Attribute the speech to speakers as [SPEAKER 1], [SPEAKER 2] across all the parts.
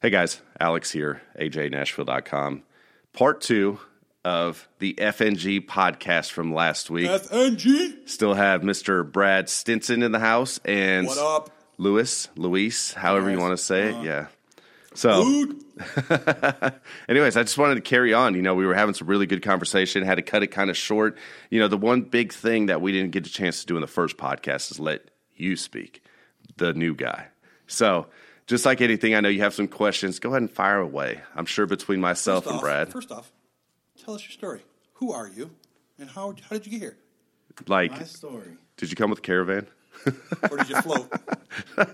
[SPEAKER 1] Hey guys, Alex here, ajnashville.com. Part two of the FNG podcast from last week.
[SPEAKER 2] FNG.
[SPEAKER 1] Still have Mr. Brad Stinson in the house and
[SPEAKER 2] What up?
[SPEAKER 1] Lewis, Luis, however you
[SPEAKER 2] Yes, Uh-huh.
[SPEAKER 1] want to say it. Yeah. So,
[SPEAKER 2] Dude.
[SPEAKER 1] anyways, I just wanted to carry on. You know, we were having some really good conversation, had to cut it kind of short. You know, the one big thing that we didn't get a chance to do in the first podcast is let you speak, the new guy. So, just like anything, I know you have some questions. Go ahead and fire away. I'm sure between myself
[SPEAKER 2] First
[SPEAKER 1] and
[SPEAKER 2] off,
[SPEAKER 1] Brad,
[SPEAKER 2] First off, tell us your story. Who are you, and how how did you get here?
[SPEAKER 1] like,
[SPEAKER 3] My story.
[SPEAKER 1] did you come with a caravan?
[SPEAKER 2] Or did you float?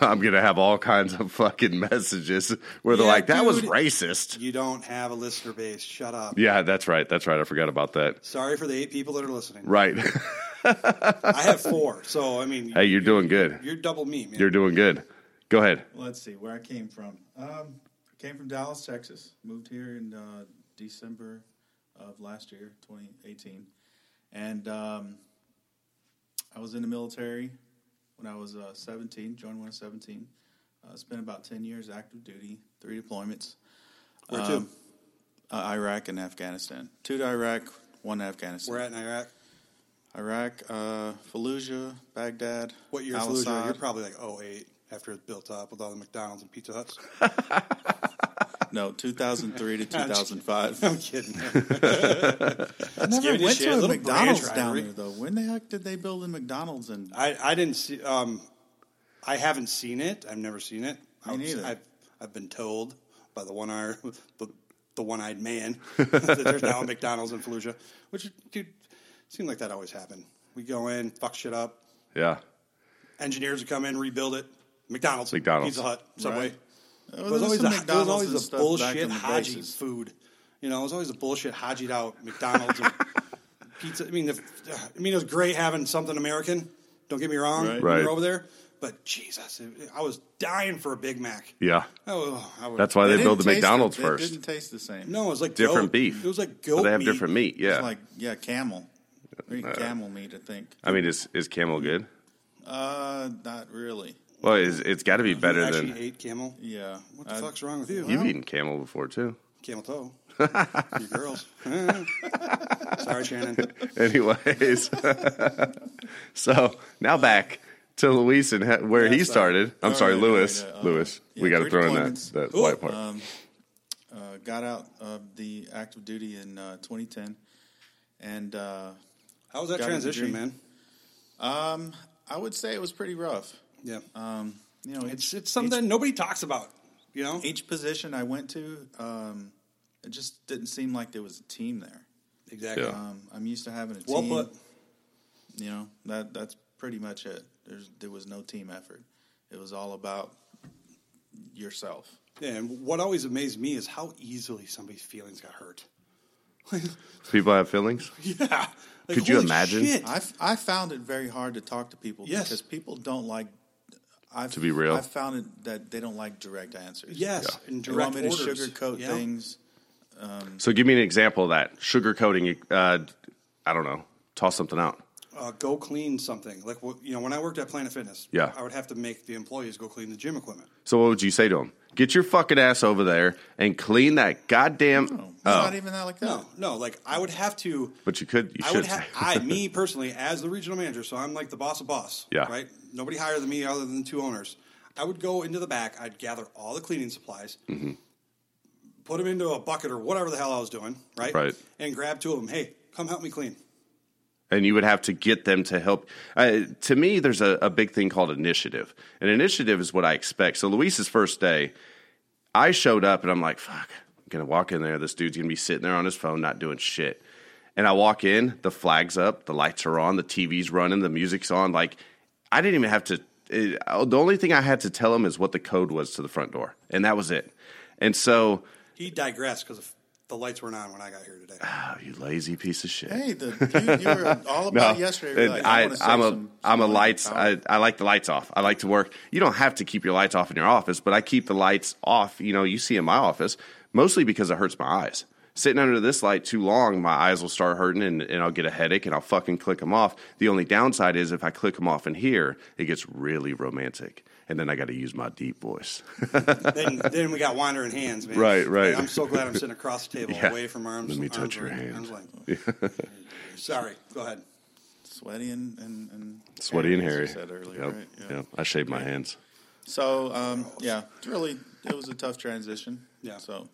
[SPEAKER 1] I'm going to have all kinds of fucking messages where they're
[SPEAKER 2] Yeah,
[SPEAKER 1] like, that was
[SPEAKER 2] dude.
[SPEAKER 1] racist.
[SPEAKER 2] you don't have a listener base. Shut up.
[SPEAKER 1] Yeah, that's right. That's right. I forgot about that.
[SPEAKER 2] Sorry for the eight people that are listening.
[SPEAKER 1] Right.
[SPEAKER 2] I have four, so I mean,
[SPEAKER 1] hey, you're doing good.
[SPEAKER 2] you're double me, man.
[SPEAKER 1] You're doing good. Go ahead.
[SPEAKER 3] Let's see where I came from. Um, I came from Dallas, Texas. Moved here in uh, December of last year, 2018, and um, I was in the military when I was uh, 17. Joined when I was 17. Uh, spent about 10 years active duty, three deployments.
[SPEAKER 2] Where to?
[SPEAKER 3] Um, uh, Iraq and Afghanistan. Two to Iraq, one to Afghanistan.
[SPEAKER 2] We're at in Iraq.
[SPEAKER 3] Iraq, uh, Fallujah, Baghdad.
[SPEAKER 2] What year is Fallujah? You're probably like 08 after it's built up with all the McDonald's and Pizza Huts.
[SPEAKER 3] No, 2003 to 2005.
[SPEAKER 2] I'm kidding.
[SPEAKER 3] I never
[SPEAKER 2] giving you
[SPEAKER 3] went
[SPEAKER 2] shit.
[SPEAKER 3] to a
[SPEAKER 2] Little
[SPEAKER 3] McDonald's
[SPEAKER 2] branch
[SPEAKER 3] down
[SPEAKER 2] rivalry.
[SPEAKER 3] there though. When the heck did they build a McDonald's in?
[SPEAKER 2] I, I didn't see. Um, I haven't seen it. I've never seen it.
[SPEAKER 3] Me
[SPEAKER 2] I've-
[SPEAKER 3] neither.
[SPEAKER 2] I've, I've been told by the one eye, the, the one eyed man that there's now a McDonald's in Fallujah, which dude seemed like that always happened. We go in, fuck shit up.
[SPEAKER 1] Yeah.
[SPEAKER 2] Engineers would come in, rebuild it. McDonald's,
[SPEAKER 1] McDonald's.
[SPEAKER 2] Pizza Hut, Subway.
[SPEAKER 3] Right. Oh,
[SPEAKER 2] It was, always
[SPEAKER 3] some
[SPEAKER 2] a, it was
[SPEAKER 3] and
[SPEAKER 2] always a
[SPEAKER 3] stuff back
[SPEAKER 2] bullshit
[SPEAKER 3] in the
[SPEAKER 2] haji
[SPEAKER 3] bases.
[SPEAKER 2] food. You know, it was always a bullshit hajied out McDonald's and pizza. I mean, the, I mean, it was great having something American. Don't get me wrong,
[SPEAKER 3] Right.
[SPEAKER 2] when
[SPEAKER 1] Right.
[SPEAKER 2] you're over there. But Jesus, it, I was dying for a Big Mac.
[SPEAKER 1] Yeah.
[SPEAKER 2] Oh, I was,
[SPEAKER 1] That's why they,
[SPEAKER 3] didn't
[SPEAKER 1] build the
[SPEAKER 3] taste
[SPEAKER 1] McDonald's
[SPEAKER 3] it. It
[SPEAKER 1] first.
[SPEAKER 3] didn't taste the same.
[SPEAKER 2] no, it was like
[SPEAKER 1] Different
[SPEAKER 2] goat.
[SPEAKER 1] beef.
[SPEAKER 2] It was like goat.
[SPEAKER 1] But they have
[SPEAKER 2] meat.
[SPEAKER 1] different meat. Yeah.
[SPEAKER 3] It's like yeah, camel. They eat camel meat, I think.
[SPEAKER 1] I mean, is is camel good?
[SPEAKER 3] Uh, not really.
[SPEAKER 1] Well, it's, it's got to be
[SPEAKER 2] You
[SPEAKER 1] better
[SPEAKER 2] actually
[SPEAKER 1] than
[SPEAKER 2] ate camel.
[SPEAKER 3] Yeah.
[SPEAKER 2] What the
[SPEAKER 3] I-
[SPEAKER 2] fuck's wrong with you?
[SPEAKER 1] you've eaten camel before too.
[SPEAKER 2] Camel toe. you girls. Sorry, Shannon.
[SPEAKER 1] Anyways, so now back to Luis and he- where he
[SPEAKER 3] sorry.
[SPEAKER 1] started. I'm
[SPEAKER 3] All
[SPEAKER 1] sorry,
[SPEAKER 3] right,
[SPEAKER 1] Lewis.
[SPEAKER 3] all right, uh,
[SPEAKER 1] Lewis,
[SPEAKER 3] yeah,
[SPEAKER 1] we got to
[SPEAKER 3] three
[SPEAKER 1] throw in that
[SPEAKER 3] deployments.
[SPEAKER 1] that
[SPEAKER 2] Cool.
[SPEAKER 1] white part.
[SPEAKER 3] um, uh, got out of the active duty in uh, 2010, and uh,
[SPEAKER 2] How was that
[SPEAKER 3] Got a
[SPEAKER 2] transition,
[SPEAKER 3] degree.
[SPEAKER 2] man?
[SPEAKER 3] I would say it was pretty rough.
[SPEAKER 2] Yeah.
[SPEAKER 3] Um, you know,
[SPEAKER 2] It's
[SPEAKER 3] each-
[SPEAKER 2] it's something
[SPEAKER 3] each-
[SPEAKER 2] nobody talks about. You know,
[SPEAKER 3] each position I went to, um, it just didn't seem like there was a team there.
[SPEAKER 2] exactly.
[SPEAKER 1] Yeah.
[SPEAKER 3] Um, I'm used to having a
[SPEAKER 2] Well
[SPEAKER 3] team.
[SPEAKER 2] put.
[SPEAKER 3] You know that that's pretty much it. There's there was no team effort. It was all about yourself.
[SPEAKER 2] Yeah, and what always amazed me is how easily somebody's feelings got hurt.
[SPEAKER 1] People have feelings.
[SPEAKER 2] Yeah, Like,
[SPEAKER 1] Could you
[SPEAKER 2] holy
[SPEAKER 1] imagine?
[SPEAKER 2] shit.
[SPEAKER 3] I I found it very hard to talk to people
[SPEAKER 2] Yes.
[SPEAKER 3] because people don't like. I've,
[SPEAKER 1] To be real.
[SPEAKER 3] I found it that they don't like direct answers.
[SPEAKER 2] yes,
[SPEAKER 1] Yeah.
[SPEAKER 2] and
[SPEAKER 3] they
[SPEAKER 2] direct
[SPEAKER 3] want me to
[SPEAKER 2] orders.
[SPEAKER 3] sugarcoat
[SPEAKER 2] Yeah.
[SPEAKER 3] things.
[SPEAKER 1] So give me an example of that sugarcoating. Uh, I don't know. Toss something out.
[SPEAKER 2] Uh, go clean something. Like wh- you know, when I worked at Planet Fitness,
[SPEAKER 1] Yeah.
[SPEAKER 2] I would have to make the employees go clean the gym equipment.
[SPEAKER 1] So what would you say to him? Get your fucking ass over there and clean that goddamn.
[SPEAKER 3] No, it's
[SPEAKER 1] oh,
[SPEAKER 3] not even that like that.
[SPEAKER 2] No, no, like I would have to.
[SPEAKER 1] but you could. You
[SPEAKER 2] I
[SPEAKER 1] should.
[SPEAKER 2] would have. I, me personally, as the regional manager, so I'm like the boss of boss.
[SPEAKER 1] Yeah.
[SPEAKER 2] Right. Nobody higher than me, other than the two owners. I would go into the back. I'd gather all the cleaning supplies,
[SPEAKER 1] Mm-hmm.
[SPEAKER 2] put them into a bucket or whatever the hell I was doing. Right.
[SPEAKER 1] Right.
[SPEAKER 2] And grab two of them. Hey, come help me clean.
[SPEAKER 1] and you would have to get them to help. Uh, to me, there's a, a big thing called initiative. An initiative is what I expect. So Luis's first day, I showed up and I'm like, fuck, I'm gonna walk in there. This dude's gonna be sitting there on his phone, not doing shit. And I walk in, the flag's up, the lights are on, the TV's running, the music's on. Like, I didn't even have to. It, uh, the only thing I had to tell him is what the code was to the front door, and that was it. And so,
[SPEAKER 2] He digressed because the lights weren't on when I got here today.
[SPEAKER 1] oh, you lazy piece of shit.
[SPEAKER 3] oh, Hey, the, you, you were all about yesterday. You're
[SPEAKER 1] and
[SPEAKER 3] like, I,
[SPEAKER 1] I,
[SPEAKER 3] want to save
[SPEAKER 1] I'm a
[SPEAKER 3] some,
[SPEAKER 1] am a
[SPEAKER 3] some
[SPEAKER 1] lights.
[SPEAKER 3] power.
[SPEAKER 1] I, I like the lights off. I like to work. You don't have to keep your lights off in your office, but I keep the lights off. You know, you see in my office mostly because it hurts my eyes. Sitting under this light too long, my eyes will start hurting, and, and I'll get a headache, and I'll fucking click them off. The only downside is if I click them off in here, it gets really romantic. and then I got to use my deep voice.
[SPEAKER 2] then, then we got wandering hands, man.
[SPEAKER 1] Right, right.
[SPEAKER 2] Man, I'm so glad I'm sitting across the table,
[SPEAKER 1] Yeah.
[SPEAKER 2] away from arms.
[SPEAKER 1] Let me
[SPEAKER 2] arms
[SPEAKER 1] touch your
[SPEAKER 2] length-
[SPEAKER 1] hand.
[SPEAKER 2] Arms length. Sorry, go ahead.
[SPEAKER 3] Sweaty and, and, and
[SPEAKER 1] Sweaty and hairy.
[SPEAKER 3] as you said earlier,
[SPEAKER 1] Yep,
[SPEAKER 3] right? Yeah.
[SPEAKER 1] yep. I shave my hands.
[SPEAKER 3] So um, yeah, it's really it was a tough transition.
[SPEAKER 2] Yeah.
[SPEAKER 3] So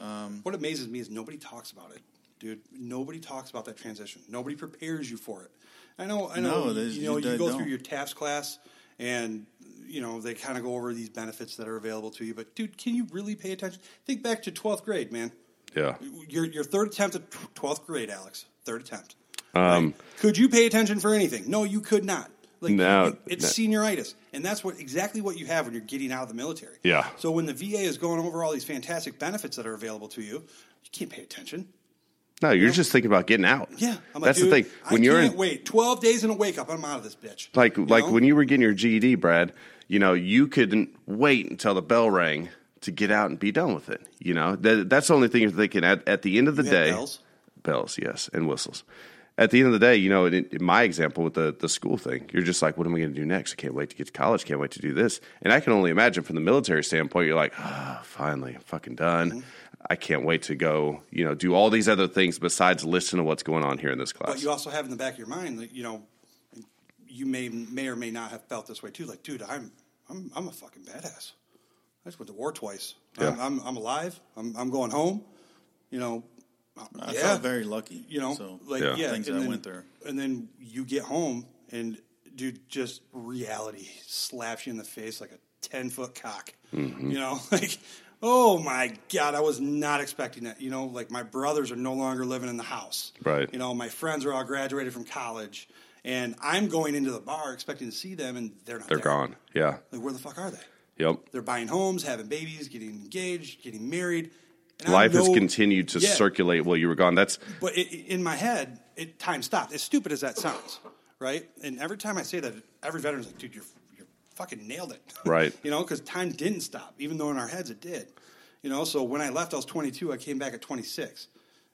[SPEAKER 3] Um,
[SPEAKER 2] What amazes me is nobody talks about it, dude. Nobody talks about that transition. Nobody prepares you for it. I know. I know.
[SPEAKER 3] No,
[SPEAKER 2] you,
[SPEAKER 3] there's-
[SPEAKER 2] you know,
[SPEAKER 3] you-
[SPEAKER 2] you,
[SPEAKER 3] they
[SPEAKER 2] go
[SPEAKER 3] don't.
[SPEAKER 2] through your TAFs class, and you know they kind of go over these benefits that are available to you. But dude, can you really pay attention? Think back to twelfth grade, man.
[SPEAKER 1] Yeah.
[SPEAKER 2] Your your third attempt at twelfth grade, Alex. Third attempt. Um, Could you pay attention for anything? No, you could not. Like
[SPEAKER 1] No,
[SPEAKER 2] you- it's senioritis, and that's what exactly what you have when you're getting out of the military.
[SPEAKER 1] Yeah.
[SPEAKER 2] So when the VA is going over all these fantastic benefits that are available to you, you can't pay attention.
[SPEAKER 1] No, you're just thinking about getting out.
[SPEAKER 2] Yeah,
[SPEAKER 1] that's the
[SPEAKER 2] "Dude,
[SPEAKER 1] thing. When
[SPEAKER 2] I
[SPEAKER 1] you're
[SPEAKER 2] can't
[SPEAKER 1] in,
[SPEAKER 2] wait twelve days in a wake up, I'm out of this bitch.
[SPEAKER 1] like like
[SPEAKER 2] know?
[SPEAKER 1] when you were getting your GED, Brad, you know, you couldn't wait until the bell rang to get out and be done with it. You know, that, that's the only thing you're thinking. At at the end of the
[SPEAKER 2] You had
[SPEAKER 1] day,
[SPEAKER 2] bells?
[SPEAKER 1] bells, yes, and whistles. At the end of the day, you know, in, in my example with the the school thing, you're just like, what am I going to do next? I can't wait to get to college. Can't wait to do this. And I can only imagine from the military standpoint, you're like, ah, finally, I'm fucking done.
[SPEAKER 2] Mm-hmm.
[SPEAKER 1] I can't wait to go, you know, do all these other things besides listen to what's going on here in this class.
[SPEAKER 2] But you also have in the back of your mind that you know you may may or may not have felt this way too. Like, dude, I'm I'm I'm a fucking badass. I just went to war twice. I'm,
[SPEAKER 1] Yeah.
[SPEAKER 2] I'm I'm alive. I'm I'm going home. You know.
[SPEAKER 3] I
[SPEAKER 2] yeah.
[SPEAKER 3] felt very lucky.
[SPEAKER 2] you know,
[SPEAKER 3] so
[SPEAKER 2] like
[SPEAKER 1] Yeah.
[SPEAKER 2] yeah,
[SPEAKER 3] Things
[SPEAKER 2] and
[SPEAKER 3] I
[SPEAKER 2] then,
[SPEAKER 3] went through.
[SPEAKER 2] and then you get home and dude, just reality slaps you in the face like a ten foot cock.
[SPEAKER 1] Mm-hmm.
[SPEAKER 2] You know, like oh my god, I was not expecting that. You know, like my brothers are no longer living in the house.
[SPEAKER 1] Right.
[SPEAKER 2] You know, my friends are all graduated from college, and I'm going into the bar expecting to see them, and they're not.
[SPEAKER 1] They're
[SPEAKER 2] there.
[SPEAKER 1] gone. Yeah.
[SPEAKER 2] Like where the fuck are they?
[SPEAKER 1] Yep.
[SPEAKER 2] They're buying homes, having babies, getting engaged, getting married. And I
[SPEAKER 1] life has
[SPEAKER 2] know-
[SPEAKER 1] continued to
[SPEAKER 2] Yeah.
[SPEAKER 1] circulate while you were gone. That's
[SPEAKER 2] But it, it- in my head, it time stopped. As stupid as that sounds, right? And every time I say that, every veteran's like, "Dude, you're you're fucking nailed it."
[SPEAKER 1] Right.
[SPEAKER 2] you know, because time didn't stop, even though in our heads it did. You know, so when I left, I was 22. I came back at 26,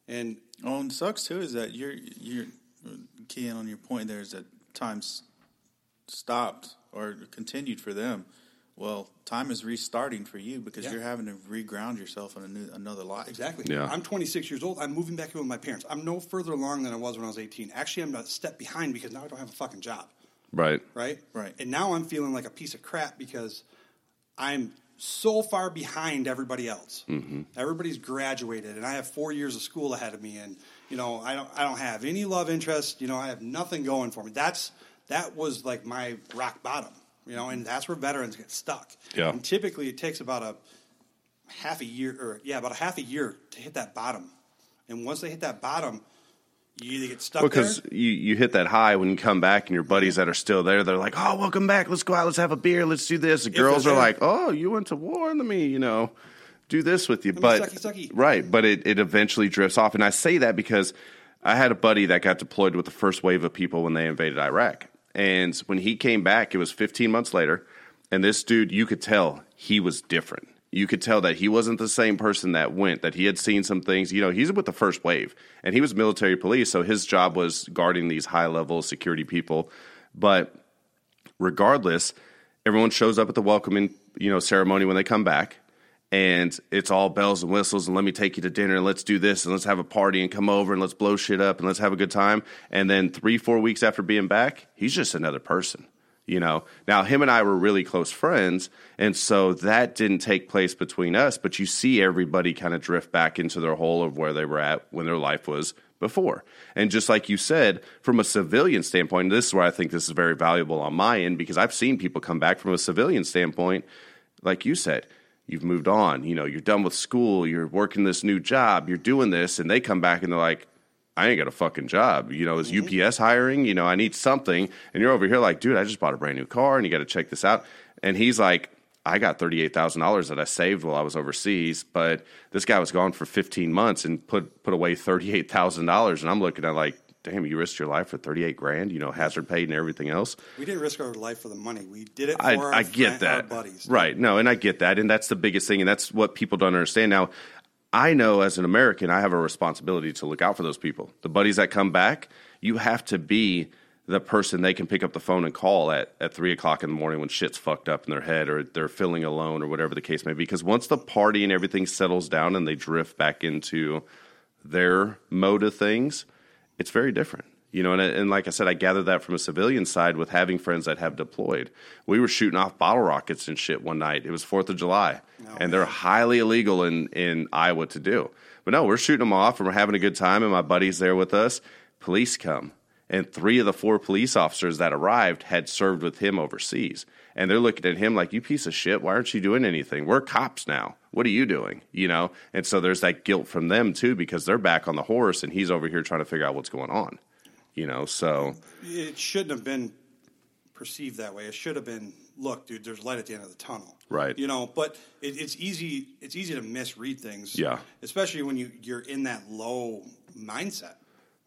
[SPEAKER 2] and
[SPEAKER 3] Oh, and sucks too is that you're you're keying on your point there is that time s- stopped or continued for them. Well, time is restarting for you because
[SPEAKER 2] Yeah.
[SPEAKER 3] you're having to reground yourself in a new, another life.
[SPEAKER 2] exactly,
[SPEAKER 1] Yeah.
[SPEAKER 2] I'm 26 years old. I'm moving back in with my parents. I'm no further along than I was when I was 18. Actually, I'm a step behind because now I don't have a fucking job.
[SPEAKER 1] right.
[SPEAKER 2] right?
[SPEAKER 3] Right.
[SPEAKER 2] And now I'm feeling like a piece of crap because I'm so far behind everybody else. Mm-hmm. Everybody's graduated, and I have four years of school ahead of me, and you know I don't I don't have any love interest. You know I have nothing going for me. That's that was like my rock bottom. You know, and that's where veterans get stuck.
[SPEAKER 1] Yeah.
[SPEAKER 2] And typically, it takes about a half a year, or yeah, about a half a year to hit that bottom. And once they hit that bottom, you either get stuck
[SPEAKER 1] Because
[SPEAKER 2] there.
[SPEAKER 1] you, you hit that high when you come back, and your buddies that are still there, they're like, "Oh, welcome back! Let's go out. Let's have a beer. Let's do this." The girls
[SPEAKER 2] they're
[SPEAKER 1] are
[SPEAKER 2] there.
[SPEAKER 1] like, "Oh, you went to war. Let me, you know, do this with you." but
[SPEAKER 2] sucky, sucky.
[SPEAKER 1] right, but it, it eventually drifts off, and I say that because I had a buddy that got deployed with the first wave of people when they invaded Iraq, and when he came back, it was 15 months later, and this dude, you could tell he was different. You could tell that he wasn't the same person that went, that he had seen some things. You know, he's with the first wave and he was military police. So his job was guarding these high level security people. But regardless, everyone shows up at the welcoming, you know, ceremony when they come back, and it's all bells and whistles and let me take you to dinner and let's do this and let's have a party and come over and let's blow shit up and let's have a good time. And then three, four weeks after being back, he's just another person. You know, now him and I were really close friends, and so that didn't take place between us. But you see everybody kind of drift back into their hole of where they were at when their life was before. And just like you said, from a civilian standpoint, this is where I think this is very valuable on my end because I've seen people come back from a civilian standpoint, like you said, you've moved on, you know, you're done with school, you're working this new job, you're doing this, and they come back and they're like, I ain't got a fucking job. You know, is UPS hiring? You know, I need something. And you're over here like, dude, I just bought a brand new car and you got to check this out. And he's like, I got $38,000 that I saved while I was overseas, but this guy was gone for 15 months and put, put away $38,000. And I'm looking at like, damn, you risked your life for 38 grand, you know, hazard paid and everything else.
[SPEAKER 2] We didn't risk our life for the money. We did it for
[SPEAKER 1] I,
[SPEAKER 2] our,
[SPEAKER 1] I get
[SPEAKER 2] fri- our
[SPEAKER 1] that.
[SPEAKER 2] buddies.
[SPEAKER 1] Right. No, and I get that. And that's the biggest thing. And that's what people don't understand. Now, I know as an American, I have a responsibility to look out for those people. The buddies that come back, you have to be the person they can pick up the phone and call at, at three o'clock in the morning when shit's fucked up in their head or they're feeling alone or whatever the case may be. Because once the party and everything settles down and they drift back into their mode of things, it's very different. You know, and, and like I said, I gathered that from a civilian side with having friends that have deployed. We were shooting off bottle rockets and shit one night. It was Fourth of July, and they're highly illegal in in Iowa to do. But no, we're shooting them off and we're having a good time. And my buddy's there with us. Police come, and three of the four police officers that arrived had served with him overseas, and they're looking at him like, "You piece of shit! Why aren't you doing anything? We're cops now. What are you doing?" You know. And so there's that guilt from them too because they're back on the horse and he's over here trying to figure out what's going on you know so
[SPEAKER 2] It shouldn't have been perceived that way. It should have been, look, dude, there's light at the end of the tunnel.
[SPEAKER 1] Right.
[SPEAKER 2] You know, but it, it's easy. It's easy to misread things.
[SPEAKER 1] Yeah.
[SPEAKER 2] Especially when you you're in that low mindset.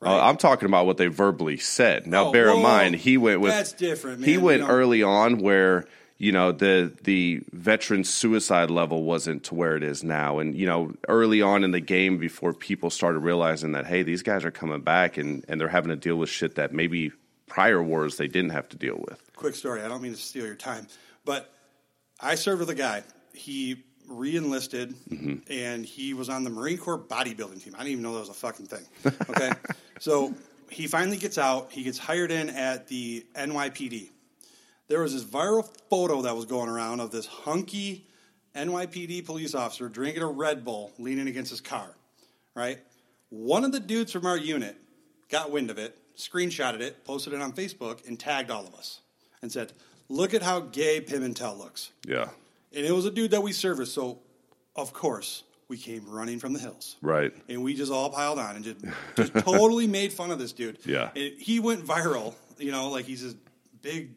[SPEAKER 1] uh, i'm talking about what they verbally said now
[SPEAKER 2] Oh,
[SPEAKER 1] bear
[SPEAKER 2] whoa,
[SPEAKER 1] in mind
[SPEAKER 2] whoa.
[SPEAKER 1] he went with
[SPEAKER 2] That's different,
[SPEAKER 1] he
[SPEAKER 2] man,
[SPEAKER 1] went
[SPEAKER 2] you know.
[SPEAKER 1] early on where you know the the veteran suicide level wasn't to where it is now and you know early on in the game before people started realizing that hey these guys are coming back and and they're having to deal with shit that maybe prior wars they didn't have to deal with
[SPEAKER 2] quick story. I don't mean to steal your time, but I served with a guy. He re-enlisted, and he was on the Marine Corps bodybuilding team. I didn't even know that was a fucking thing. Okay, so he finally gets out. He gets hired in at the NYPD. There was this viral photo that was going around of this hunky NYPD police officer drinking a Red Bull, leaning against his car. Right, one of the dudes from our unit got wind of it, screenshotted it, posted it on Facebook, and tagged all of us and said, "Look at how gay Pimentel looks."
[SPEAKER 1] yeah
[SPEAKER 2] And it was a dude that we serviced, so of course we came running from the hills.
[SPEAKER 1] right
[SPEAKER 2] And we just all piled on and just, just totally made fun of this dude.
[SPEAKER 1] Yeah.
[SPEAKER 2] And he went viral, you know, like he's this big,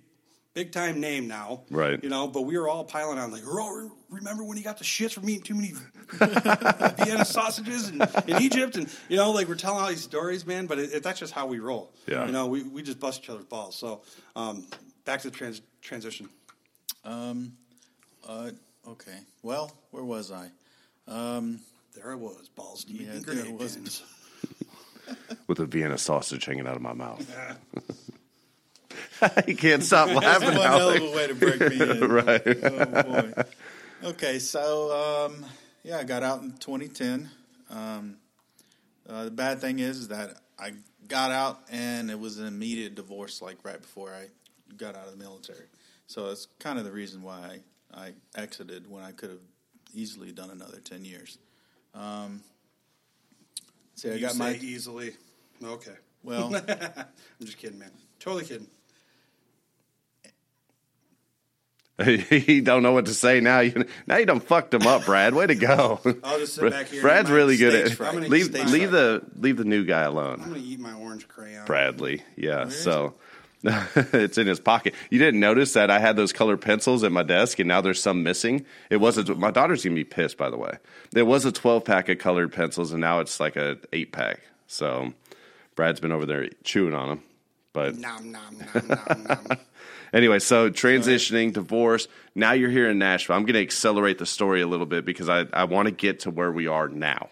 [SPEAKER 2] big time name now.
[SPEAKER 1] Right.
[SPEAKER 2] You know, but we were all piling on, like, oh, remember when he got the shits from eating too many Vienna sausages and, in Egypt? And, you know, like we're telling all these stories, man, but it, it, that's just how we roll.
[SPEAKER 1] Yeah.
[SPEAKER 2] You know, we, we just bust each other's balls. So um, back to the trans- transition.
[SPEAKER 3] Um, uh, okay. Well, where was I?
[SPEAKER 2] There I was, balls deep
[SPEAKER 3] Yeah,
[SPEAKER 2] in
[SPEAKER 3] there
[SPEAKER 2] grenade
[SPEAKER 3] was.
[SPEAKER 2] pins.
[SPEAKER 1] with a vienna sausage hanging out of my mouth he can't stop laughing
[SPEAKER 3] That's one
[SPEAKER 1] now.
[SPEAKER 3] hell of a way to break me in.
[SPEAKER 1] Right.
[SPEAKER 3] Oh boy. Okay, so um, yeah, I got out in 2010. Um, uh, the bad thing is that I got out and it was an immediate divorce, like right before I got out of the military. So it's kind of the reason why I, I exited when I could have easily done another 10 years. Um, see, I
[SPEAKER 2] You
[SPEAKER 3] got
[SPEAKER 2] say
[SPEAKER 3] my
[SPEAKER 2] easily. Okay.
[SPEAKER 3] well.
[SPEAKER 2] I'm just kidding, man. Totally kidding.
[SPEAKER 1] he don't know what to say now. You, now you done fucked him up, Brad. Way to go.
[SPEAKER 2] I'll just sit back here. and
[SPEAKER 1] Brad's
[SPEAKER 2] eat my
[SPEAKER 1] really good
[SPEAKER 2] stage
[SPEAKER 1] at
[SPEAKER 2] fry. I'm gonna
[SPEAKER 1] leave
[SPEAKER 2] eat stage
[SPEAKER 1] leave
[SPEAKER 2] fry.
[SPEAKER 1] the leave the new guy
[SPEAKER 2] I'm
[SPEAKER 1] alone,
[SPEAKER 2] gonna eat my orange crayon.
[SPEAKER 1] Bradley. Yeah,
[SPEAKER 3] is
[SPEAKER 1] so. it's in his pocket. You didn't notice that I had those color pencils at my desk, and now there's some missing. It was a, my daughter's gonna be pissed. By the way, there was a 12 pack of colored pencils, and now it's like a eight pack. So Brad's been over there chewing on them. But
[SPEAKER 2] Nom nom nom nom nom.
[SPEAKER 1] Anyway, so transitioning, divorce. Now you're here in Nashville. I'm going to accelerate the story a little bit because I, I want to get to where we are now.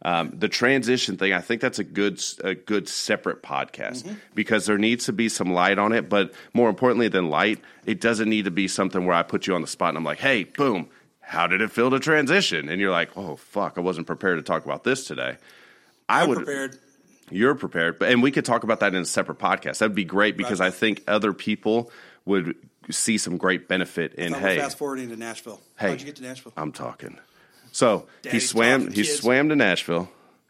[SPEAKER 1] Um, the transition thing, I think that's a good a good separate podcast
[SPEAKER 2] Mm-hmm.
[SPEAKER 1] because there needs to be some light on it. But more importantly than light, it doesn't need to be something where I put you on the spot and I'm like, hey, boom, how did it feel to transition? And you're like, oh fuck, I wasn't prepared to talk about this today. I
[SPEAKER 2] I'm
[SPEAKER 1] would
[SPEAKER 2] prepared.
[SPEAKER 1] you're prepared but and we could talk about that in a separate podcast that'd be great because i think other people would see some great benefit in
[SPEAKER 2] I'm
[SPEAKER 1] hey
[SPEAKER 2] fast forwarding to Nashville.
[SPEAKER 1] Hey. Uh,
[SPEAKER 2] How'd you get to Nashville?
[SPEAKER 1] i'm talking so he
[SPEAKER 2] Daddy's
[SPEAKER 1] swam
[SPEAKER 2] talking,
[SPEAKER 1] he
[SPEAKER 2] kids.
[SPEAKER 1] swam to nashville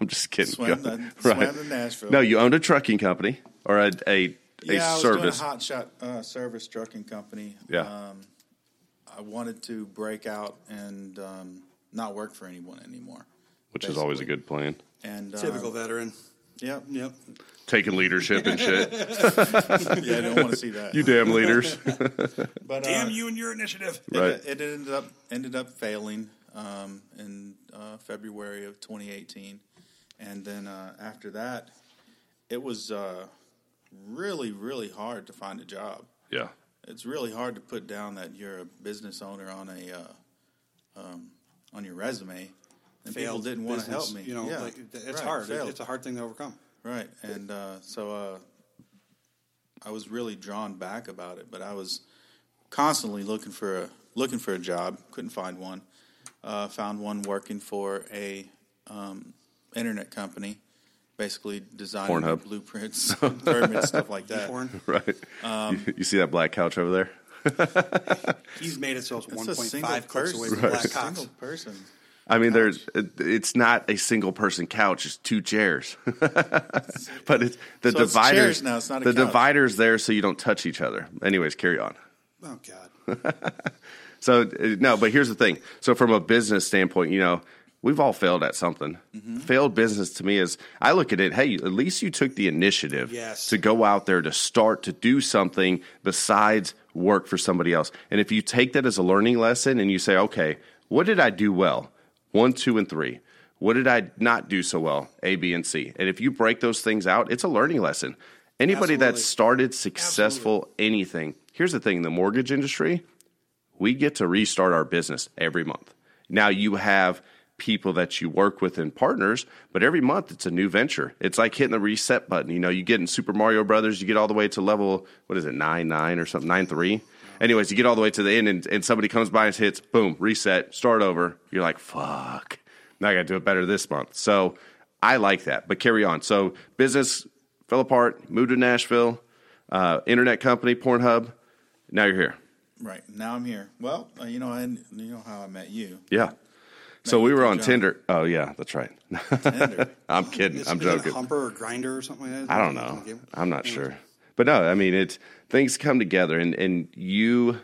[SPEAKER 1] i'm just kidding
[SPEAKER 3] Swam
[SPEAKER 1] Go-
[SPEAKER 3] to- swam to Nashville.
[SPEAKER 1] no you owned a trucking company or a a, a
[SPEAKER 3] yeah, I was
[SPEAKER 1] service
[SPEAKER 3] doing a hot shot uh, service trucking company.
[SPEAKER 1] Yeah.
[SPEAKER 3] Um, I wanted to break out and um, not work for anyone anymore.
[SPEAKER 1] which is always a
[SPEAKER 3] basically.
[SPEAKER 1] good plan
[SPEAKER 3] And uh,
[SPEAKER 2] Typical veteran.
[SPEAKER 3] Yeah,
[SPEAKER 2] Yep.
[SPEAKER 3] uh,
[SPEAKER 1] taking leadership and shit
[SPEAKER 3] yeah, I don't want to see that.
[SPEAKER 1] you damn leaders
[SPEAKER 3] but, uh,
[SPEAKER 2] Damn you and your initiative.
[SPEAKER 3] It,
[SPEAKER 1] Right.
[SPEAKER 3] it ended up ended up failing um, in uh, February of 2018, and then uh, after that, it was uh, really really hard to find a job.
[SPEAKER 1] yeah
[SPEAKER 3] It's really hard to put down that you're a business owner on a uh, um, on your resume, and people
[SPEAKER 2] Failed
[SPEAKER 3] didn't want to
[SPEAKER 2] business,
[SPEAKER 3] help me.
[SPEAKER 2] You know,
[SPEAKER 3] Yeah.
[SPEAKER 2] like, th- it's
[SPEAKER 3] Right,
[SPEAKER 2] hard. It-
[SPEAKER 3] failed.
[SPEAKER 2] It's a hard thing to overcome.
[SPEAKER 3] right, and uh, so uh, I was really drawn back about it, but I was constantly looking for a looking for a job. Couldn't find one. Uh, found one working for a um, internet company, basically designing
[SPEAKER 1] Pornhub.
[SPEAKER 3] blueprints, permits, stuff like that.
[SPEAKER 2] Porn.
[SPEAKER 1] Right.
[SPEAKER 3] Um,
[SPEAKER 1] you see that black couch over there?
[SPEAKER 2] He's made it so it's
[SPEAKER 3] That's
[SPEAKER 2] one
[SPEAKER 3] a
[SPEAKER 2] point
[SPEAKER 3] single
[SPEAKER 2] five clicks
[SPEAKER 3] person.
[SPEAKER 2] away from
[SPEAKER 3] That's
[SPEAKER 2] black
[SPEAKER 3] a
[SPEAKER 2] cocks.
[SPEAKER 3] single person.
[SPEAKER 1] I mean, there's it- it's not a single person couch; it's two chairs. but it's the
[SPEAKER 3] So it's
[SPEAKER 1] dividers
[SPEAKER 3] chairs now, it's not
[SPEAKER 1] the
[SPEAKER 3] a couch.
[SPEAKER 1] dividers there, so you don't touch each other. Anyways, carry on.
[SPEAKER 2] Oh God.
[SPEAKER 1] So uh, no, but here's the thing. So from a business standpoint, you know, we've all failed at something.
[SPEAKER 2] Mm-hmm.
[SPEAKER 1] Failed business to me is I look at it, hey, at least you took the initiative
[SPEAKER 2] Yes.
[SPEAKER 1] to go out there to start to do something besides work for somebody else. And if you take that as a learning lesson and you say, okay, what did I do well? One, two, and three. What did I not do so well? A, B, and C. And if you break those things out, it's a learning lesson. Anybody that
[SPEAKER 2] Absolutely.
[SPEAKER 1] started successful anything, here's the thing the mortgage industry, we get to restart our business every month. Now you have people that you work with and partners, but every month it's a new venture. It's like hitting the reset button. You know, you get in Super Mario Brothers, you get all the way to level what is it, nine nine or something, nine three. Anyways, you get all the way to the end, and, and somebody comes by and hits boom, reset, start over. You're like, fuck, now I got to do it better this month. So I like that. But carry on. So business fell apart, moved to Nashville, uh, internet company, Pornhub. Now you're here.
[SPEAKER 3] Right now, I'm here. Well, uh, you know, I you know how I met you.
[SPEAKER 1] Yeah. So we were on
[SPEAKER 3] John.
[SPEAKER 1] Tinder. Oh yeah, that's right.
[SPEAKER 3] Tinder.
[SPEAKER 1] I'm kidding.
[SPEAKER 2] Is-
[SPEAKER 1] I'm
[SPEAKER 2] is it
[SPEAKER 1] joking.
[SPEAKER 2] Humper or grinder or something like that.
[SPEAKER 1] I don't know. I'm not sure. But no, I mean it's things come together and, and you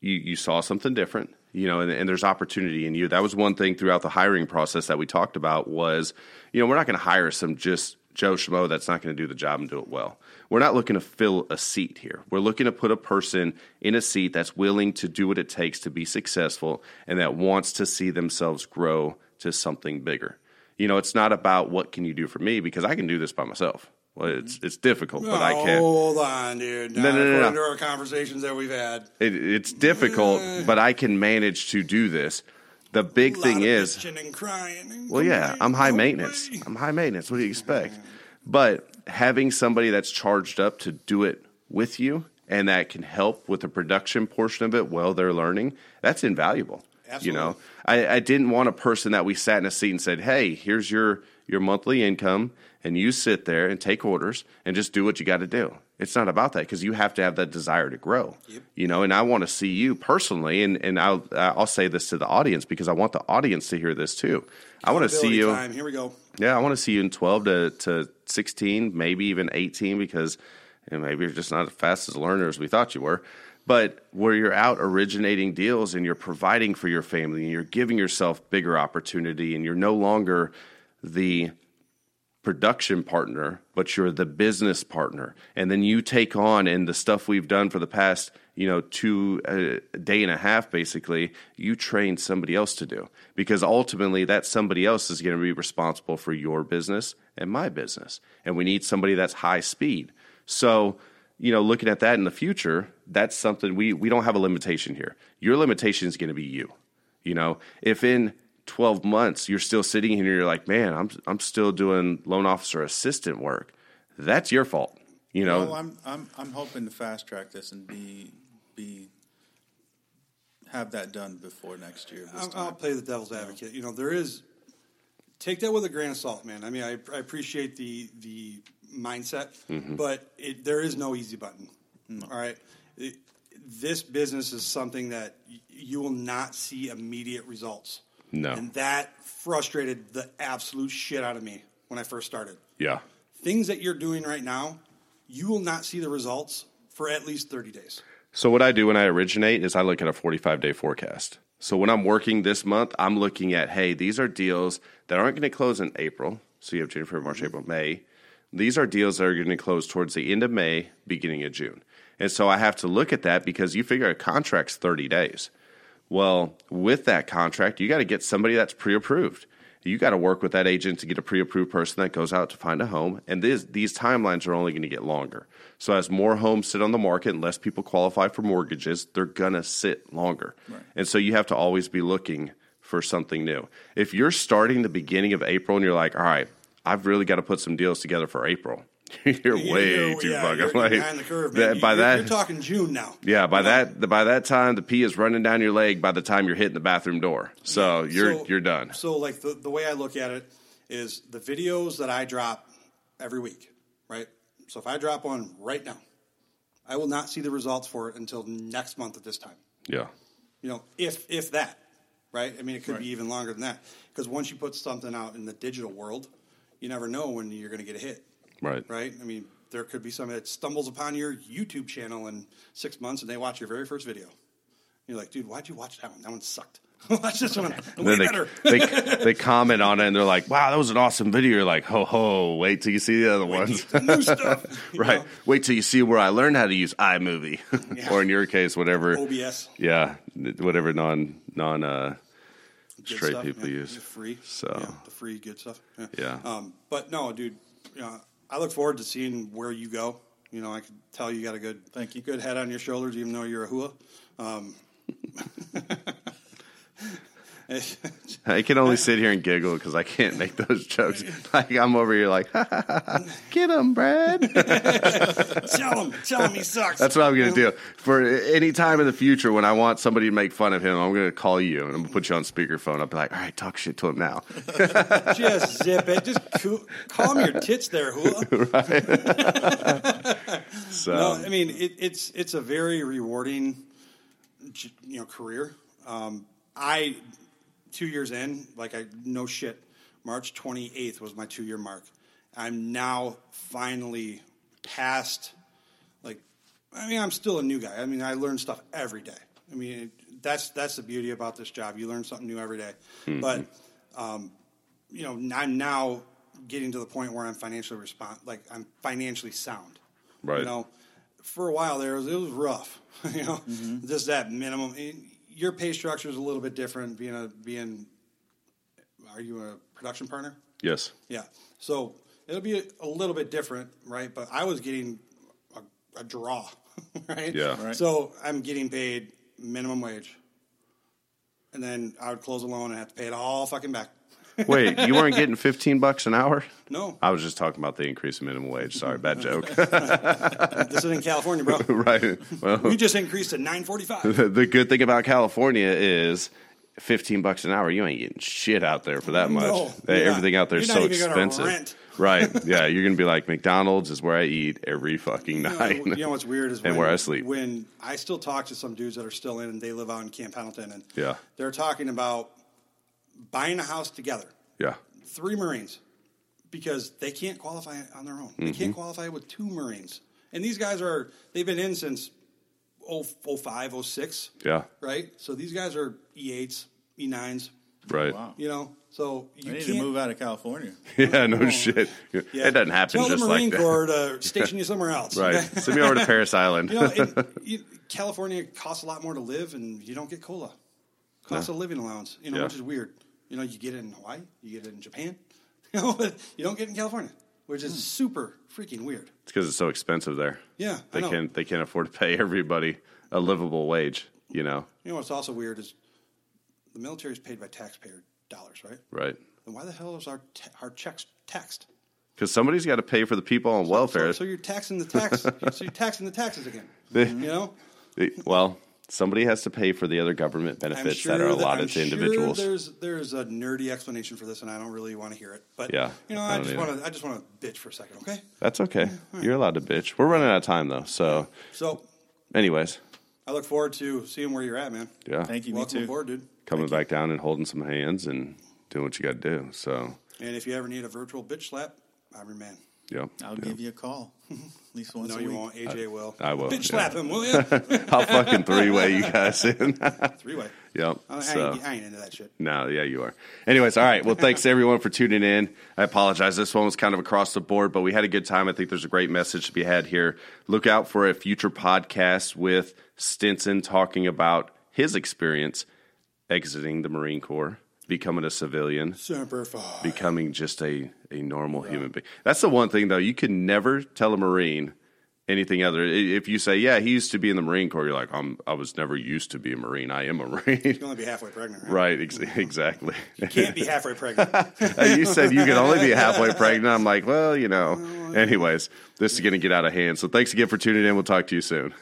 [SPEAKER 1] you you saw something different, you know, and, and there's opportunity in you. That was one thing throughout the hiring process that we talked about was, you know, we're not gonna hire some just Joe Schmo that's not gonna do the job and do it well. We're not looking to fill a seat here. We're looking to put a person in a seat that's willing to do what it takes to be successful and that wants to see themselves grow to something bigger. You know, it's not about what can you do for me because I can do this by myself. Well, it's it's difficult, but I can.
[SPEAKER 2] Hold on, dude.
[SPEAKER 1] no,
[SPEAKER 2] Not
[SPEAKER 1] no,
[SPEAKER 2] according
[SPEAKER 1] no.
[SPEAKER 2] to our conversations that we've had.
[SPEAKER 1] It, it's difficult, but I can manage to do this. The big
[SPEAKER 2] Lot
[SPEAKER 1] thing
[SPEAKER 2] of
[SPEAKER 1] is,
[SPEAKER 2] bitching and crying and
[SPEAKER 1] well, yeah,
[SPEAKER 2] complaining.
[SPEAKER 1] I'm high
[SPEAKER 2] No
[SPEAKER 1] maintenance.
[SPEAKER 2] way.
[SPEAKER 1] I'm high maintenance. What do you expect? But having somebody that's charged up to do it with you and that can help with the production portion of it while they're learning, that's invaluable. You know,
[SPEAKER 2] Absolutely.
[SPEAKER 1] I, I didn't want a person that we sat in a seat and said, "Hey, here's your your monthly income, and you sit there and take orders and just do what you got to do." It's not about that because you have to have that desire to grow. You know, and I want to see you personally, and and I'll I'll say this to the audience because I want the audience to hear this too. I want to see
[SPEAKER 2] Ability
[SPEAKER 1] you.
[SPEAKER 2] Time. Here we go.
[SPEAKER 1] Yeah, I want to see you in 12 to, to 16, maybe even 18, because you know, maybe you're just not as fast as a learner as we thought you were. But where you're out originating deals and you're providing for your family and you're giving yourself bigger opportunity and you're no longer the production partner, but you're the business partner. And then you take on and the stuff we've done for the past, you know, two uh, day and a half basically, you train somebody else to do because ultimately that somebody else is going to be responsible for your business and my business. And we need somebody that's high speed. So, you know, looking at that in the future, that's something we we don't have a limitation here. Your limitation is going to be you. You know, if in 12 months you're still sitting here and you're like, man, I'm, I'm still doing loan officer assistant work, that's your fault. You know,
[SPEAKER 3] Well, Oh, I'm I'm I'm hoping to fast track this and be be have that done before next year. This
[SPEAKER 2] I'll,
[SPEAKER 3] time.
[SPEAKER 2] I'll play the devil's advocate. You know, there is take that with a grain of salt, man. I mean, I, I appreciate the the mindset,
[SPEAKER 1] Mm-hmm.
[SPEAKER 2] but it, there is no easy button. All right, It- this business is something that y- you will not see immediate results.
[SPEAKER 1] No.
[SPEAKER 2] and that frustrated the absolute shit out of me when I first started.
[SPEAKER 1] yeah.
[SPEAKER 2] Things that you're doing right now, you will not see the results for at least thirty days.
[SPEAKER 1] So what I do when I originate is I look at a 45 day forecast. So when I'm working this month, I'm looking at, hey, these are deals that aren't going to close in April. So you have January, February, March,
[SPEAKER 3] Mm-hmm.
[SPEAKER 1] April, May. These are deals that are going to close towards the end of May, beginning of June. And so I have to look at that because you figure a contract's 30 days. Well, with that contract, you got to get somebody that's pre approved. You got to work with that agent to get a pre approved person that goes out to find a home. And these, these timelines are only going to get longer. So, as more homes sit on the market and less people qualify for mortgages, they're going to sit longer. And so, you have to always be looking for something new. If you're starting the beginning of April and you're like, all right, I've really got to put some deals together for April. you're way
[SPEAKER 2] You're-
[SPEAKER 1] too
[SPEAKER 2] yeah,
[SPEAKER 1] fucking
[SPEAKER 2] you're
[SPEAKER 1] late.
[SPEAKER 2] behind the curve, man.
[SPEAKER 1] That-
[SPEAKER 2] You-
[SPEAKER 1] by
[SPEAKER 2] you're-
[SPEAKER 1] that,
[SPEAKER 2] you're talking June now.
[SPEAKER 1] yeah, by that by that time the pee is running down your leg. By the time you're hitting the bathroom door, so you're
[SPEAKER 2] So-
[SPEAKER 1] you're done.
[SPEAKER 2] So, like the the way I look at it is the videos that I drop every week, right? So if I drop one right now, I will not see the results for it until next month at this time.
[SPEAKER 1] Yeah,
[SPEAKER 2] You know, if if that, right? I mean, it could
[SPEAKER 3] Right.
[SPEAKER 2] be even longer than that because once you put something out in the digital world, you never know when you're going to get a hit,
[SPEAKER 1] right,
[SPEAKER 2] right? I mean, there could be somebody that stumbles upon your YouTube channel in six months and they watch your very first video. You're like, dude, why'd you watch that one? That one sucked. watch this one. Way
[SPEAKER 1] Then
[SPEAKER 2] better.
[SPEAKER 1] they, they they comment on it and they're like, "Wow, that was an awesome video." You're like, "Ho ho, wait till you see the other ones."
[SPEAKER 2] It's new stuff. you
[SPEAKER 1] right.
[SPEAKER 2] know?
[SPEAKER 1] Wait till you see where I learned how to use iMovie,
[SPEAKER 2] Yeah.
[SPEAKER 1] or in your case, whatever.
[SPEAKER 2] OBS.
[SPEAKER 1] Yeah, whatever non non uh, straight people
[SPEAKER 2] yeah.
[SPEAKER 1] use.
[SPEAKER 2] The free.
[SPEAKER 1] So-
[SPEAKER 2] yeah, the free good stuff. Yeah.
[SPEAKER 1] Yeah.
[SPEAKER 2] Um, but no, dude, you know, I look forward to seeing where you go. You know, I can tell you got a good
[SPEAKER 3] Thank you.
[SPEAKER 2] good head on your shoulders, even though you're a hua. Um,
[SPEAKER 1] I can only sit here and giggle because I can't make those jokes. Like I'm over here, like, get him, Brad.
[SPEAKER 2] tell him, tell him he sucks.
[SPEAKER 1] That's what I'm gonna do for any time in the future when I want somebody to make fun of him. I'm gonna call you and I'm gonna put you on speakerphone. I'll be like, all right, talk shit to him now.
[SPEAKER 2] Just zip it. Just coo- calm your tits there, hua.
[SPEAKER 1] So
[SPEAKER 2] No, I mean it, it's it's a very rewarding, j- you know, career. Um, I two years in, like I no shit, March twenty eighth was my two year mark. I'm now finally past, like, I mean, I'm still a new guy. I mean, I learn stuff every day. I mean, it, that's that's the beauty about this job. You learn something new every day. But um, you know, n- I'm now getting to the point where I'm financially respond, like I'm financially sound.
[SPEAKER 1] Right.
[SPEAKER 2] You know, for a while there, it was, it was rough. you know, just that minimum. And your pay structure is a little bit different. Being a being, are you a production partner?
[SPEAKER 1] yes,
[SPEAKER 2] Yeah. So it'll be a, a little bit different, right? But I was getting a, a draw, right?
[SPEAKER 1] Yeah.
[SPEAKER 3] Right.
[SPEAKER 2] So I'm getting paid minimum wage, and then I would close a loan and have to pay it all fucking back.
[SPEAKER 1] Wait, you weren't getting 15 bucks an hour?
[SPEAKER 2] No.
[SPEAKER 1] I was just talking about the increase in minimum wage. Sorry, bad joke.
[SPEAKER 2] This is in California, bro.
[SPEAKER 1] right. Well,
[SPEAKER 2] We just increased to 945.
[SPEAKER 1] the, the good thing about California is 15 bucks an hour, you ain't getting shit out there for that much.
[SPEAKER 2] No,
[SPEAKER 1] They-
[SPEAKER 2] you're not.
[SPEAKER 1] Everything out there is
[SPEAKER 2] You're
[SPEAKER 1] so
[SPEAKER 2] not even gonna
[SPEAKER 1] expensive.
[SPEAKER 2] rent.
[SPEAKER 1] Right. Yeah, you're going to be like McDonald's is where I eat every fucking
[SPEAKER 2] You know,
[SPEAKER 1] night.
[SPEAKER 2] you know what's weird is
[SPEAKER 1] And
[SPEAKER 2] when,
[SPEAKER 1] where I sleep.
[SPEAKER 2] When I still talk to some dudes that are still in, and they live out in Camp Pendleton, and
[SPEAKER 1] Yeah.
[SPEAKER 2] they're talking about buying a house together,
[SPEAKER 1] Yeah.
[SPEAKER 2] three Marines, because they can't qualify on their own. They
[SPEAKER 1] Mm-hmm.
[SPEAKER 2] can't qualify with two Marines, and these guys are they've been in since oh, 0- 05, 06,
[SPEAKER 1] Yeah.
[SPEAKER 2] right? So these guys are E E8s, E9s,
[SPEAKER 1] Right.
[SPEAKER 3] Wow.
[SPEAKER 2] you know. So you
[SPEAKER 3] I need
[SPEAKER 2] can't
[SPEAKER 3] to move out of California.
[SPEAKER 1] Yeah, no shit.
[SPEAKER 2] yeah.
[SPEAKER 1] It doesn't happen
[SPEAKER 2] Tell
[SPEAKER 1] just
[SPEAKER 2] the
[SPEAKER 1] like
[SPEAKER 2] Marine
[SPEAKER 1] that.
[SPEAKER 2] Corps to station you somewhere else,
[SPEAKER 1] Right.
[SPEAKER 2] okay?
[SPEAKER 1] Send me over to Paris Island.
[SPEAKER 2] you know, and you, California costs a lot more to live, and you don't get cola. Cost of living allowance, you know,
[SPEAKER 1] Yeah.
[SPEAKER 2] which is weird. You know, you get it in Hawaii, you get it in Japan, you know, but you don't get it in California, which
[SPEAKER 1] Hmm.
[SPEAKER 2] is super freaking weird.
[SPEAKER 1] It's because it's so expensive there.
[SPEAKER 2] Yeah, I
[SPEAKER 1] they
[SPEAKER 2] know.
[SPEAKER 1] can't they can't afford to pay everybody a livable wage. You know,
[SPEAKER 2] You know what's also weird is the military is paid by taxpayer dollars, right?
[SPEAKER 1] right?
[SPEAKER 2] Then why the hell is our ta- our checks taxed?
[SPEAKER 1] Because somebody's got to pay for the people on
[SPEAKER 2] So,
[SPEAKER 1] welfare.
[SPEAKER 2] so you're taxing the tax. so you're taxing the taxes again.
[SPEAKER 1] They-
[SPEAKER 2] You know,
[SPEAKER 1] they- well, somebody has to pay for the other government benefits that are
[SPEAKER 2] that-
[SPEAKER 1] allotted
[SPEAKER 2] I'm
[SPEAKER 1] to
[SPEAKER 2] sure
[SPEAKER 1] individuals.
[SPEAKER 2] there's there's a nerdy explanation for this, and I don't really want to hear it. But
[SPEAKER 1] Yeah,
[SPEAKER 2] you know,
[SPEAKER 1] I
[SPEAKER 2] I
[SPEAKER 1] don't
[SPEAKER 2] just
[SPEAKER 1] either.
[SPEAKER 2] want to I just want to bitch for a second, okay?
[SPEAKER 1] That's okay. You're allowed to bitch. We're running out of time though. So,
[SPEAKER 2] So
[SPEAKER 1] anyways,
[SPEAKER 2] I look forward to seeing where you're at, man.
[SPEAKER 1] yeah,
[SPEAKER 3] Thank you.
[SPEAKER 2] Welcome
[SPEAKER 3] me too.
[SPEAKER 2] aboard, dude.
[SPEAKER 1] coming back down and holding some hands and doing what you got to do. So,
[SPEAKER 2] And if you ever need a virtual bitch slap, I'm your man.
[SPEAKER 1] yeah,
[SPEAKER 3] I'll give you a call at least once
[SPEAKER 2] No,
[SPEAKER 3] a
[SPEAKER 2] you
[SPEAKER 3] week.
[SPEAKER 2] won't. AJ will.
[SPEAKER 1] I will,
[SPEAKER 2] Bitch
[SPEAKER 1] yeah.
[SPEAKER 2] slap him, will you?
[SPEAKER 1] I'll fucking three way you guys in.
[SPEAKER 2] Three way.
[SPEAKER 1] yep.
[SPEAKER 2] I,
[SPEAKER 1] so.
[SPEAKER 2] ain't, I ain't into that shit.
[SPEAKER 1] No, yeah, you are. Anyways, all right. Well, thanks everyone for tuning in. I apologize. This one was kind of across the board, but we had a good time. I think there's a great message to be had here. Look out for a future podcast with Stinson talking about his experience exiting the Marine Corps, becoming a civilian,
[SPEAKER 2] Semper Fi.
[SPEAKER 1] becoming just a, a normal human being. That's the one thing, though. You can never tell a Marine anything other. I- If you say, yeah, he used to be in the Marine Corps, you're like, I'm, I was never used to be a Marine. I am a Marine.
[SPEAKER 2] You can only be halfway pregnant, right?
[SPEAKER 1] Right, ex- exactly.
[SPEAKER 2] Can't be halfway pregnant.
[SPEAKER 1] you said you could only be halfway pregnant. I'm like, well, you know,
[SPEAKER 2] Excellent.
[SPEAKER 1] Anyways, this is going to get out of hand. So thanks again for tuning in. We'll talk to you soon.